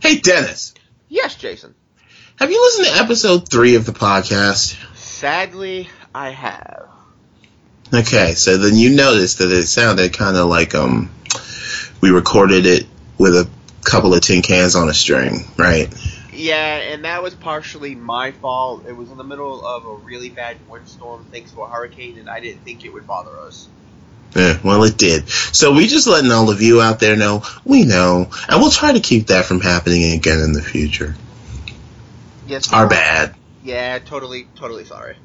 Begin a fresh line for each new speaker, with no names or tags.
Hey, Dennis,
Yes, Jason.
have you listened to episode three of the podcast?
Sadly, I have.
Okay, so then you noticed that it sounded kind of like um, we recorded it with a couple of tin cans on a string, right?
Yeah, and that was partially my fault. It was in the middle of a really bad windstorm thanks to a hurricane, and I didn't think it would bother us.
Yeah, well, it did. So we just letting all of you out there know we know, and we'll try to keep that from happening again in the future.
Yes.
Our bad.
Yeah, totally, totally sorry.